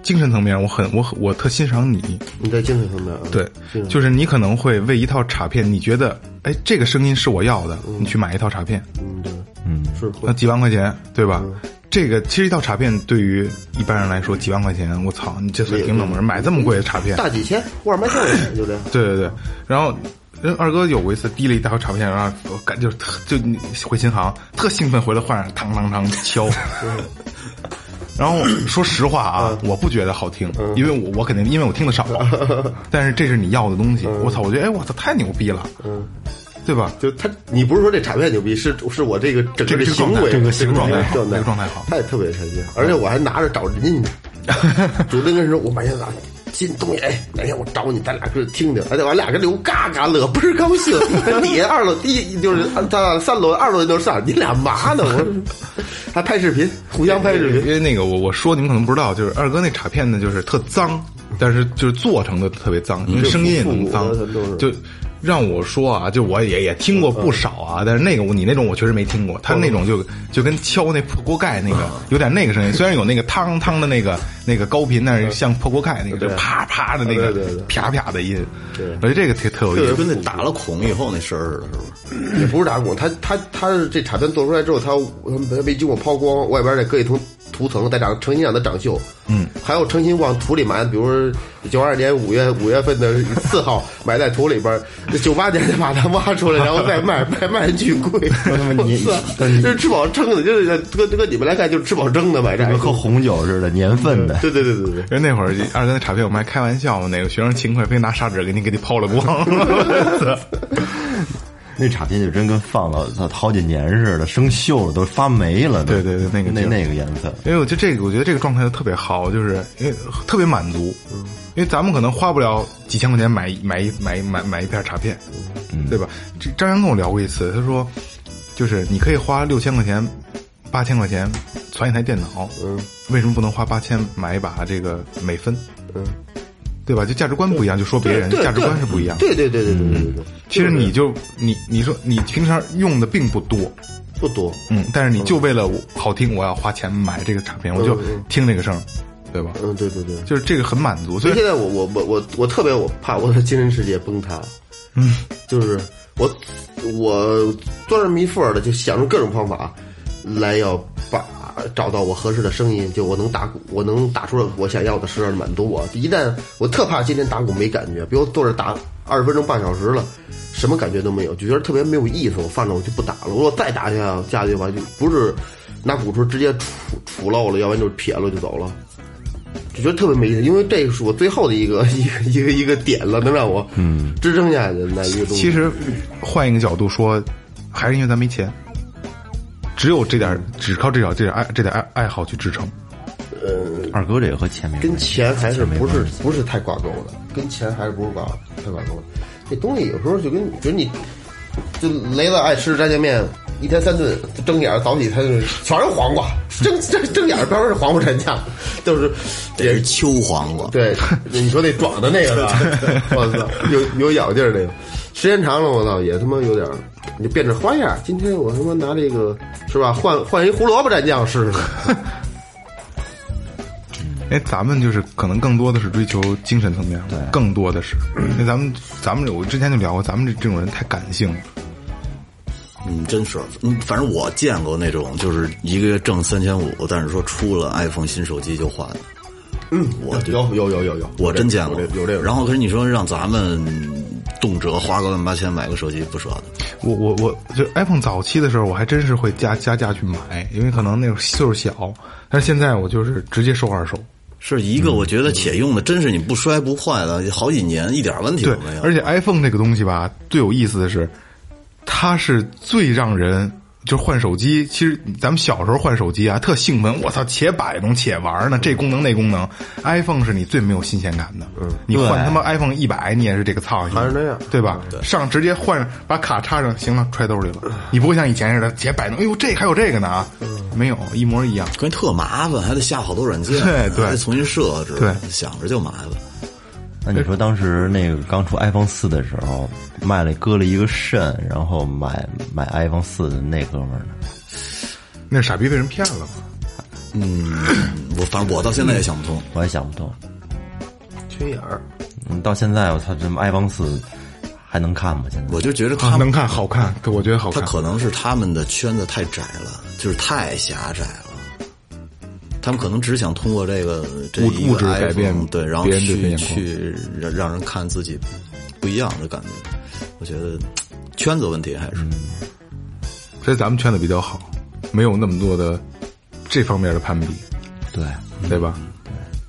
C: 精神层面，我很我很我特欣赏你，
D: 你在精神方面啊，
C: 对
D: 精神，
C: 就是你可能会为一套卡片，你觉得，哎，这个声音是我要的，你去买一套卡片，
D: 嗯对，嗯是会
C: 那几万块钱，对吧？这个其实一套卡片对于一般人来说，几万块钱，我操，你这算挺冷门，买这么贵的卡片，
D: 大几千，沃尔玛就这就这样。
C: 对对对。然后人二哥有过一次滴了一大盒卡片，然后我感就是特就你回新行，特兴奋，回来换上，当当当敲。 然后说实话啊，我不觉得好听，因为我我肯定因为我听的少，但是这是你要的东西，我操，我觉得哎我操太牛逼了，对吧？
D: 就他，你不是说这产片牛逼，是是我这个整
C: 这
D: 个
C: 个这个
D: 行
C: 状
D: 为，
C: 态这个行状态好
D: 状
C: 这
D: 态
C: 个状态好
D: 他也特别开心，而且我还拿着找人家 呢，主动跟人说，我买天咋进东西，哎，哪天我找你，咱俩去听听，而且我俩跟刘嘎嘎乐，倍儿高兴。在底下二楼第一就是咱俩三楼，二楼就是上，你俩嘛呢？我还拍视频，互相拍视频
C: 因。为那个我我说你们可能不知道，就是二哥那卡片呢，就是特脏，但是就是做成的特别脏，因为声音也能脏
D: 复古的都，嗯是
C: 就。让我说啊，就我也也听过不少
D: 嗯
C: 啊，但是那个我你那种我确实没听过，他那种就就跟敲那破锅盖那个
D: 嗯
C: 有点那个声音，虽然有那个汤汤的那个那个高频，但是像破锅盖那个就啪啪的那个
D: 对对对
C: 啪啪的音，我觉得这个挺特有意
E: 就
C: 思。
E: 跟那打了孔以后那声儿似的，是吧？
D: 也不是打孔，它它它是这产片做出来之后，它它没经过抛光，外边再搁一层涂层，再长重新让它长锈。嗯，还有重新往土里埋，比如说九二年五月五月份的四 号埋在土里边，九八年再把它挖出来，然后再卖，卖卖巨贵。
F: 你
D: 我操，就是吃饱撑的，就是搁搁你们来看就是吃饱撑的买这
F: 跟喝
D: 个。
F: 红酒似的，年份的。
D: 对对对对对，
C: 因为那会儿二哥那卡片我们还开玩笑嘛，哪个学生勤快非拿砂纸给你给你抛了光，
F: 那卡片就真跟放了操好几年似的，生锈了，都发霉了都。
C: 对对对那个
F: 那
C: 劲儿
F: 那个颜色，
C: 因为我觉得这个，我觉得这个状态就特别好，就是因为特别满足。
D: 嗯
C: 因为咱们可能花不了几千块钱买一买一买一买买一片卡片，
D: 嗯
C: 对吧？这张扬跟我聊过一次，他说，就是你可以花六千块钱、八千块钱攒一台电脑，为什么不能花八千买一把这个美分？
D: 嗯
C: 对吧？就价值观不一样，就说别人
D: 对
C: 价值观是不一样的。嗯
D: 对对对对对对对对，
C: 其实你就你你说你平常用的并不多，
D: 不多，嗯
C: 嗯，但是你就为了我好听，我要花钱买这个卡片，我就听这个声儿，对吧？
D: 嗯，对对对。
C: 就是这个很满足，
D: 所
C: 所
D: 以
C: 以
D: 现在我我我我我特别我怕我的精神世界崩塌，嗯，就是我我钻着迷缝儿的就想出各种方法来要把找到我合适的声音，就我能打鼓，我能打出我想要的声儿，满足我。一旦我特怕今天打鼓没感觉，比如坐这打二十分钟半小时了，什么感觉都没有，就觉得特别没有意思，我放着我就不打了。我说再打下下去吧，就不是拿鼓槌直接杵杵漏了，要不然就是撇了就走了。就觉得特别没意思，因为这个是我最后的一个 一个一个一个点了，能让我嗯支撑下去的那一个东西。
C: 其实换一个角度说，还是因为咱没钱，只有这点儿，只靠这点儿这点儿爱这点儿爱爱好去支撑。
F: 二哥这个和前面
D: 跟钱还是不是不是太挂钩的，跟钱还是不是挂太挂钩的。这东西有时候就跟觉得你，就雷子爱吃炸酱面，一天三顿睁眼儿早起他就是全是黄瓜， 睁睁睁眼儿全是黄瓜蘸酱，就是也
E: 也
D: 是
E: 是秋黄瓜，
D: 对，你说那壮的那个吧， 我操，有有咬劲儿那个，时间长了，我操，也他妈有点儿，你就变着花样儿。今天我他妈拿这个是吧，换换一胡萝卜蘸酱试试。
C: 哎，咱们就是可能更多的是追求精神层面，更多的是，因为咱们咱们我之前就聊过，咱们这这种人太感性了，
E: 嗯，真是，嗯，反正我见过那种，就是一个月挣三千五，但是说出了 iPhone 新手机就换，嗯，我就
D: 有有有有有，
E: 我真见过
D: 有这有这个。
E: 然后可是你说让咱们动辄花个万八千买个手机不舍得，
C: 我我我就 iPhone 早期的时候，我还真是会加加价去买，因为可能那个岁数小，但是现在我就是直接收二手。
E: 是一个我觉得且用的，真是你不摔不坏的，好几年一点问题
C: 对
E: 都没，有。
C: 而且 iPhone 这个东西吧，最有意思的是，它是最让人就是换手机。其实咱们小时候换手机啊，特兴奋，我操，且摆弄且玩呢，这功能那功能。iPhone 是你最没有新鲜感的，嗯，你换他妈 iPhone 一百，你也是这个操性，
D: 还是那样
C: 对嗯吧？上直接换，把卡插上，行了，揣兜里了。你不会像以前似的且摆弄，哎呦，这还有这个呢啊，没有，一模一样。
E: 关键特麻烦，还得下好多软件，
C: 对对
E: 还得重新设置，
C: 对
E: 想着就麻烦。
F: 那你说当时那个刚出 iPhone 四的时候，卖了割了一个肾，然后买买 iPhone 四的那哥们儿呢？
C: 那傻逼被人骗了嘛？
E: 嗯我反正我到现在也想不通，
F: 我也想不通。
D: 缺眼儿，
F: 嗯，到现在我操，这 iPhone 四还能看吗？现在
E: 我就觉得他们
C: 啊能看好看，我觉得好
E: 他
C: 看。
E: 可能是他们的圈子太窄了，就是太狭窄了。他们可能只想通过这个这
C: 物
E: 一个
C: 物质改
E: iPhone，
C: 变
E: 对，然后
C: 别人对
E: 去
C: 眼光
E: 去让让人看自己不一样的感觉。我觉得圈子问题还是
C: 所以咱们圈子比较好，没有那么多的这方面的攀比，
F: 对，嗯
C: 对吧？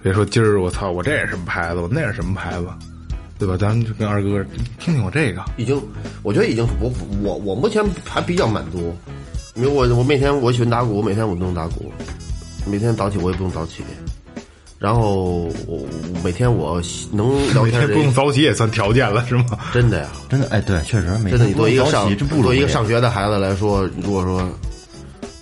C: 别说今儿我操，我这是什么牌子，我那是什么牌子，对吧？咱们就跟二哥听听我这个，
D: 已经，我觉得已经我我我目前还比较满足。因为我我每天我喜欢打鼓，我每天我都能打鼓，每天早起我也不用早起，然后我我每天我能聊
C: 每天
D: 天儿
C: 不用早起也算条件了，是吗？
D: 真的呀。
F: 真的哎，对，确实每
D: 真的，你
F: 天
D: 作为一个
F: 早
D: 上
F: 起这不
D: 作
F: 容
D: 为一
F: 易
D: 个。上学的孩子来说，如果说，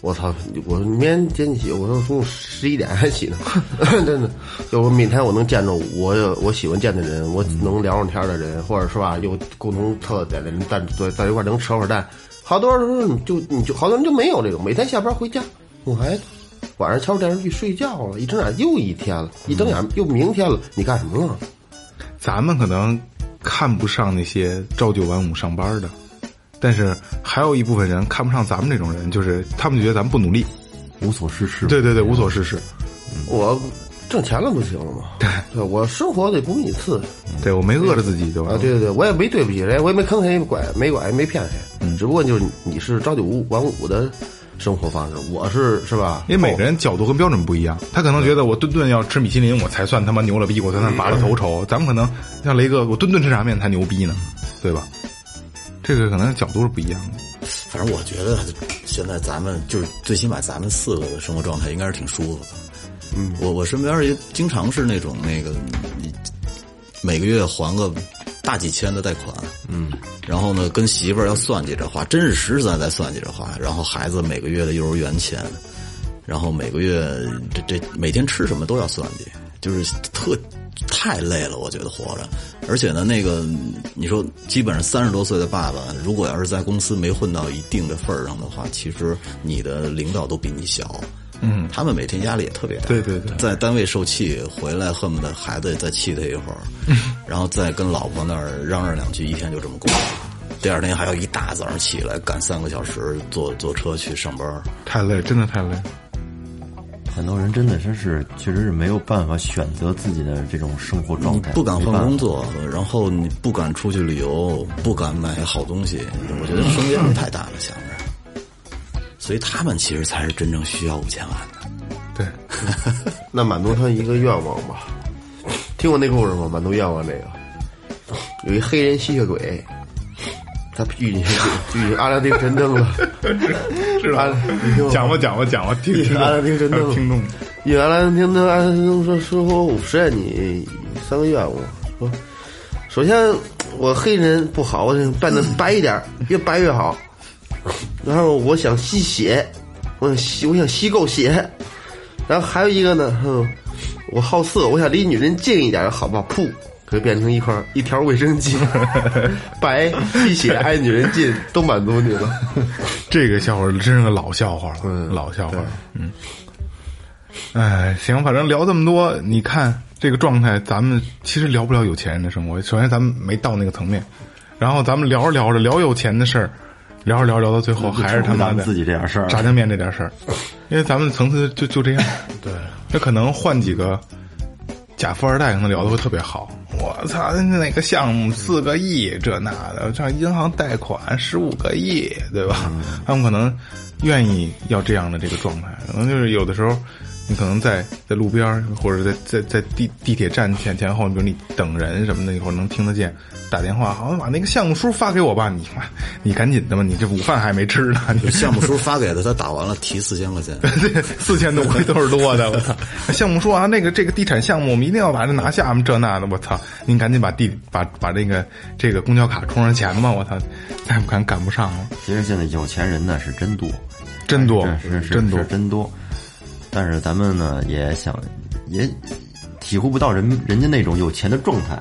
D: 我操，我明天今天起，我说中午十一点还起呢， 真的，就我每天我能见着我我喜欢见的人，我
F: 嗯
D: 能聊上天的人，或者是吧有共同特点的人，在在在一块儿能扯会儿蛋，好多人你就你就好多人就没有这种，每天下班回家，我还晚上敲电视剧睡觉了，一睁眼又一天了，一睁眼
F: 嗯
D: 又明天了，你干什么了？
C: 咱们可能看不上那些朝九晚五上班的，但是还有一部分人看不上咱们这种人，就是他们觉得咱们不努力，
F: 无所事事，
C: 对对对，无所事事，
D: 我挣钱了不行了吗？对，我生活得不比你次
F: 嗯
C: 对我没饿着自己，对吧？
D: 啊！对对对，我也没对不起谁，我也没坑谁，拐没拐，没骗谁。
C: 嗯
D: 只不过就是你是朝九晚五的生活方式，我是是吧？
C: 因为每个人角度跟标准不一样，他可能觉得我顿顿要吃米其林，我才算他妈牛了逼，我才算拔了头筹。咱们可能像雷哥，我顿顿吃炸面才牛逼呢，对吧？这个可能角度是不一样的。
E: 反正我觉得现在咱们就是最起码咱们四个的生活状态应该是挺舒服的。嗯，我我身边也经常是那种那个你每个月还个大几千的贷款，嗯，然后呢跟媳妇儿要算计着花，真是实实在在算计着花，然后孩子每个月的幼儿园钱，然后每个月这这每天吃什么都要算计，就是特太累了，我觉得活着。而且呢，那个你说，基本上三十多岁的爸爸，如果要是在公司没混到一定的份儿上的话，其实你的领导都比你小，嗯，他们每天压力也特别大，
C: 对对对
E: 在单位受气，回来恨不得孩子再气他 一会儿，然后再跟老婆那儿嚷嚷两句，一天就这么过。第二天还要一大早上起来赶三个小时坐坐车去上班，
C: 太累，真的太累。
F: 很多人真的真是，确实是没有办法选择自己的这种生活状态，
E: 嗯不敢
F: 没
E: 换
F: 办
E: 工
F: 法。
E: 作，然后你不敢出去旅游，不敢买好东西，我觉得生压力太大了，想着。所以他们其实才是真正需要五千万的。
C: 对，
D: 那满足他一个愿望吧。听过那故事吗？满足愿望这个，有一黑人吸血鬼，他遇见 遇见阿拉丁神灯了，
C: 是吧
D: 啊你听我
C: 讲吧讲吧讲吧，听
D: 你
C: 听
D: 看了听真的
C: 众，听众，
D: 遇见阿拉丁神灯，阿拉丁神灯说说我实现你三个愿望，说首先我黑人不好，我想变得白一点儿，越白越好。然后我想吸血，我想吸，我想吸够血。然后还有一个呢，嗯，我好色，我想离女人近一点，好吧？噗，可以变成一块儿一条卫生巾，白吸血爱女人近都满足你了。
C: 这个笑话真是个老笑话了，
D: 嗯
C: 老笑话了，嗯。哎，行，反正聊这么多，你看这个状态，咱们其实聊不了有钱人的生活。首先，咱们没到那个层面，然后咱们聊着聊着聊有钱的事儿，聊着聊着聊到最后还是他妈
F: 咱
C: 的
F: 们自己这点事儿
C: 炸酱面这点事儿，因为咱们层次就就这样。对，那可能换几个假富二代，可能聊的会特别好。我操，哪个项目四个亿这那的，这银行贷款十五个亿，对吧？ 他们可能愿意要这样的这个状态，可能就是有的时候。你可能在在路边儿或者在在在地地铁站前前后，比如你等人什么的，一会儿能听得见打电话，好，把那个项目书发给我吧，你妈你赶紧的吧，你这午饭还没吃呢，你
E: 项目书发给他，他打完了提四千 块钱。
C: 对， 四千多块都是多的，我操！项目说啊，那个这个地产项目，我们一定要把它拿下，这那的，我操！您赶紧把地把把这个这个公交卡充上钱吧，我操！再不赶赶不上了，
F: 其实现在有钱人呢是真多，
C: 真多
F: 是是，是
C: 真多
F: 是，真多。但是咱们呢也想也体会不到人人家那种有钱的状态，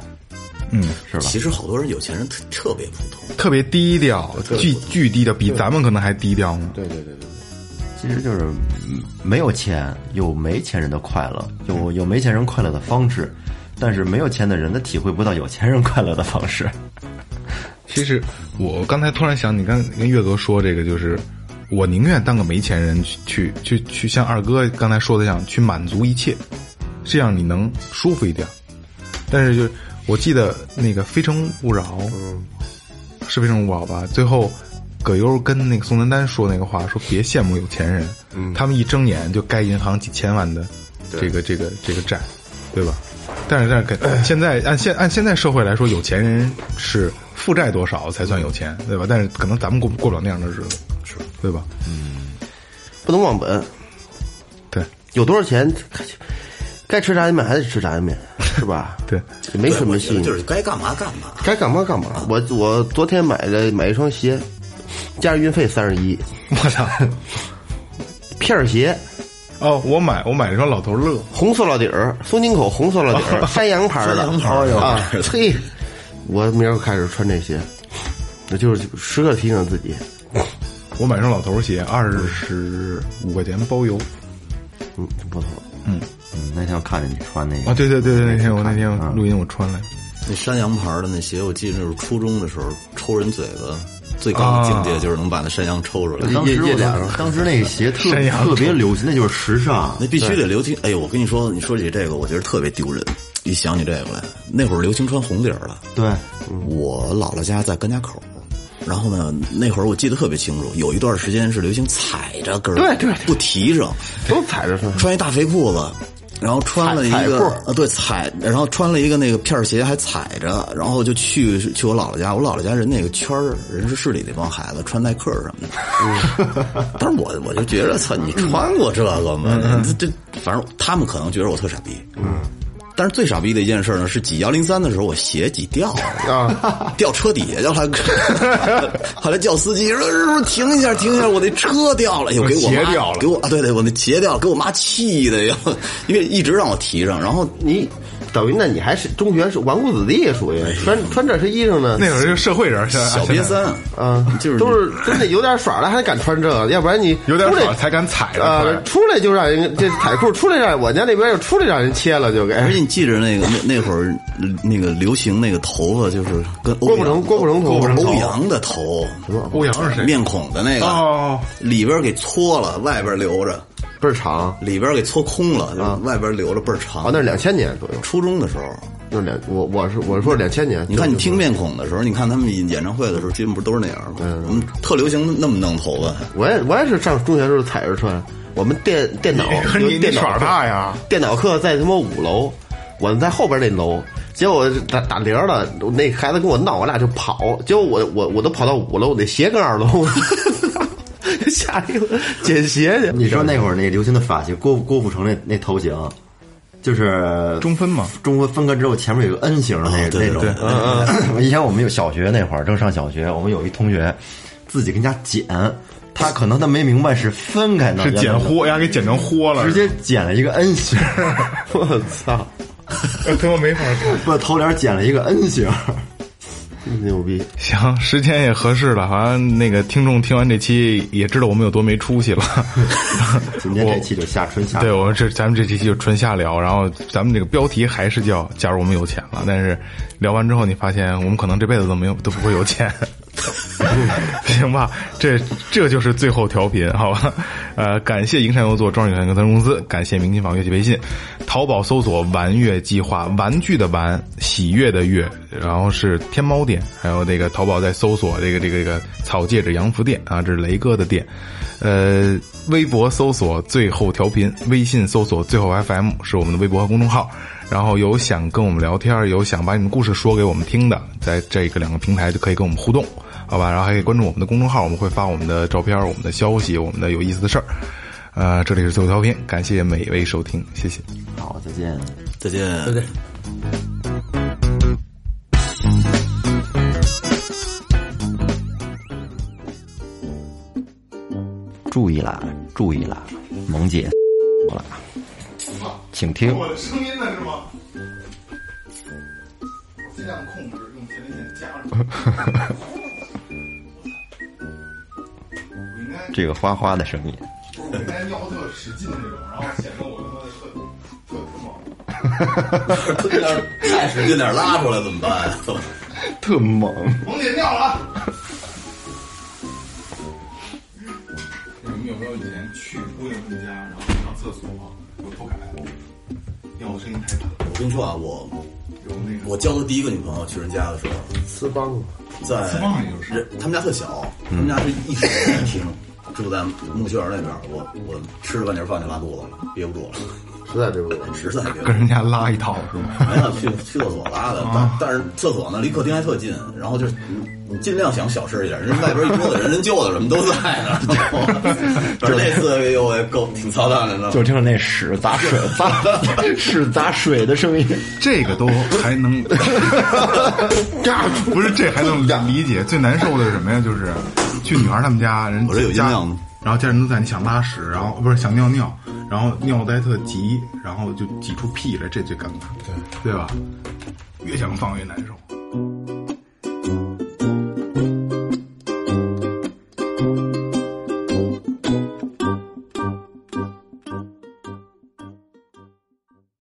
C: 嗯，
F: 是吧？
E: 其实好多人有钱人特特别普通，
C: 特别低调，巨巨低调，比咱们可能还低调呢。
D: 对对对对。
F: 其实就是嗯没有钱有没钱人的快乐，有有没钱人快乐的方式，但是没有钱的人他体会不到有钱人快乐的方式。
C: 其实我刚才突然想，你刚跟岳哥说这个，就是我宁愿当个没钱人去去去去，像二哥刚才说的一样，去满足一切，这样你能舒服一点。但是就是我记得那个《非诚勿扰》，是《非诚勿扰》吧？最后葛优跟那个宋丹丹说那个话，说别羡慕有钱人，他们一睁眼就该银行几千万的这个这个这个债，对吧？但是但是肯、现在按现按现在社会来说，有钱人是负债多少才算有钱，对吧？但是可能咱们过过不了那样的日子，是对吧？
D: 不能忘本，
C: 对？
D: 有多少钱，该吃炸酱面还得吃炸酱面，是吧
C: 对，
D: 也没什么
E: 我觉
D: 戏
E: 得，就是该干嘛干嘛。
D: 该干嘛干嘛。我我昨天买了买一双鞋，加上运费三十一，
C: 我操！
D: 片儿鞋，
C: 哦，我买我买了一双老头乐，
D: 红塑料底儿，松井口红塑料底 儿，山羊牌的，
E: 山羊牌儿
D: 啊，嘿，我明儿开始穿这鞋，我就是时刻提醒自己，
C: 我买一双老头鞋，二十五块钱包邮
D: 嗯，不错。
F: 嗯，那天我看见你穿那个
C: 啊！对对对对，那天我那天录音我穿来，
E: 那山羊牌的那鞋，我记得就是初中的时候抽人嘴巴，最高的境
D: 啊
E: 界就是能把那山羊抽出来。
F: 当
D: 夜
F: 时
D: 夜
F: 我
D: 店
F: 当当时那个鞋特
C: 山羊
F: 特别流行，那就是时尚。
E: 那必须得留清。哎呦，我跟你说，你说起这个，我觉得特别丢人。一想起这个来，那会儿流行穿红底儿了。
F: 对，
E: 我姥姥家在甘家口，然后呢，那会儿我记得特别清楚，有一段时间是流行踩着跟儿，
D: 对对对
E: 不提上，
D: 都踩着穿，
E: 穿一大肥裤子。然后穿了一
D: 踩
E: 个
D: 踩
E: 啊，对踩，然后穿了一个那个片儿鞋，还踩着，然后就去去我姥姥家。我姥姥家人那个圈儿，人是市里那帮孩子穿耐克什么的。 但是我我就觉得，操，你穿过这个
D: 嗯
E: 吗？这这，反正他们可能觉得我特傻逼。嗯。但是最傻逼的一件事呢，是挤幺零三的时候，我鞋挤掉了，啊、 掉车底下，叫他， 后来叫司机说：“师傅停一下，停一下，我那车掉了，又哎给我
C: 鞋
E: 妈
C: 掉了
E: 给我啊，对对，我那鞋掉了，给我妈气的呀，因为一直让我提上，然后
D: 你等于那你还是中学是纨绔子弟，啊属
E: 哎
D: 于穿穿这身衣裳呢。
C: 那会儿就社会人，现在
E: 小别，
C: 现在
E: 三
D: 啊，
E: 就是
D: 都是真的有点耍了，还敢穿这个，要不然你
C: 有点
D: 出来
C: 少才敢踩着。
D: 呃，出来就让人这彩裤出来让我家那边就出来让人切了，就给
E: 而且你记着那个那那会儿那个流行那个头发就是跟欧
D: 郭富城
E: 阳
D: 郭富城头
E: 欧阳的头，
C: 欧阳是谁？
E: 面孔的那个，
C: 哦，
E: 里边给搓了，外边留着，
D: 倍儿长，
E: 里边给搓空了，就是外边留着倍儿长。
D: 啊，那是两千年左右，
E: 初中的时候，
D: 那是两我我是我说两千年，
E: 你看你
D: 就是
E: 听面孔的时候，你看他们演唱会的时候，基本不都是那样吗？
F: 嗯
E: 我们特流行那么弄头发，
D: 我也我也是上中学时候踩着穿，我们电电脑
C: 可是你
D: 电
C: 你
D: 脑
C: 耍大呀？
D: 电脑课在他妈五楼，我们在后边那楼，结果打打铃了，那孩子跟我闹，我俩就跑，结果我我我都跑到五楼，我那鞋跟二楼， 下一个捡鞋去。
F: 你说那会儿那流行的发型，郭郭富城那那头型，就是
C: 中分嘛，
F: 中分分割之后前面有个 N 型的那
E: 啊对
F: 那种
E: 对。
F: 我 以前我们有小学那会儿正上小学，我们有一同学自己跟家剪，他可能他没明白是分开呢，
C: 是
F: 要
C: 剪
F: 不然
C: 豁，哎呀，给剪成豁了，
F: 直接剪了一个 N 型，
D: 我操，
C: 他妈呃没法看。
F: 把头帘剪了一个 N 型。
D: 牛逼！
C: 行，时间也合适了，好像那个听众听完这期也知道我们有多没出息了。
F: 今天这期就下春夏，
C: 对我们这咱们这期就纯瞎聊，然后咱们这个标题还是叫“假如我们有钱了”，但是聊完之后你发现我们可能这辈子都没有都不会有钱， 行吧？这这就是最后调频，好吧？呃，感谢营山优作装饰有限有限公司，感谢明琴坊乐器培训，淘宝搜索“玩乐计划”，玩具的玩，喜悦的悦，然后是天猫店，还有这个淘宝在搜索这个这个这个草戒指洋服店啊，这是雷哥的店。呃，微博搜索最后调频，微信搜索最后 FM 是我们的微博和公众号。然后有想跟我们聊天，有想把你们故事说给我们听的，在这个两个平台就可以跟我们互动，好吧？然后还可以关注我们的公众号，我们会发我们的照片、我们的消息、我们的有意思的事儿。呃，这里是最后调频，感谢每一位收听，谢谢。
F: 好，再见。
E: 再见。
F: 注意啦，注意啦，萌姐，我啦，请听。
C: 的声音呢是吗？尽量控制，用前列腺夹住。 我应该
F: 这个哗哗的声音，
C: 我应该尿特使劲那种，然后显得我他妈特特特猛。
E: 这点再使劲点拉出来怎么办啊呀？
F: 特猛。
C: 萌姐尿了啊！你们有没有以前去姑娘他们家，然后上厕所有偷改，尿的声音太大，
E: 我跟你说啊，我
C: 有那个
E: 我交的第一个女朋友去人家的时候，
D: 私帮
E: 在
C: 私房也就是
E: 人他们家特小，他们家是一室一厅，住在木樨园那边。我我吃了半截饭就拉肚子了，憋不住了，
D: 实在对不住。
E: 实在憋不
C: 跟
E: 住
C: 人。家拉一套是吗？
E: 没有去去厕所拉的，
C: 啊
E: 但但是厕所呢离客厅还特近，然后就是你你尽量想小事一点，人外边一桌子人人舅子什么都在 那儿，就那次哎呦喂够挺操蛋的呢。
F: 就听着那屎砸水砸屎砸水的声音。
C: 这个都还 能，不是这还能理解。最难受的是什么呀？就是去女孩他们家，人
E: 我这有
C: 家
E: 音量吗
C: 然后家人都在，你想拉屎，然后不是想尿尿，然后尿得还特急，然后就挤出屁来，这最尴尬，对对吧？越想放越难受。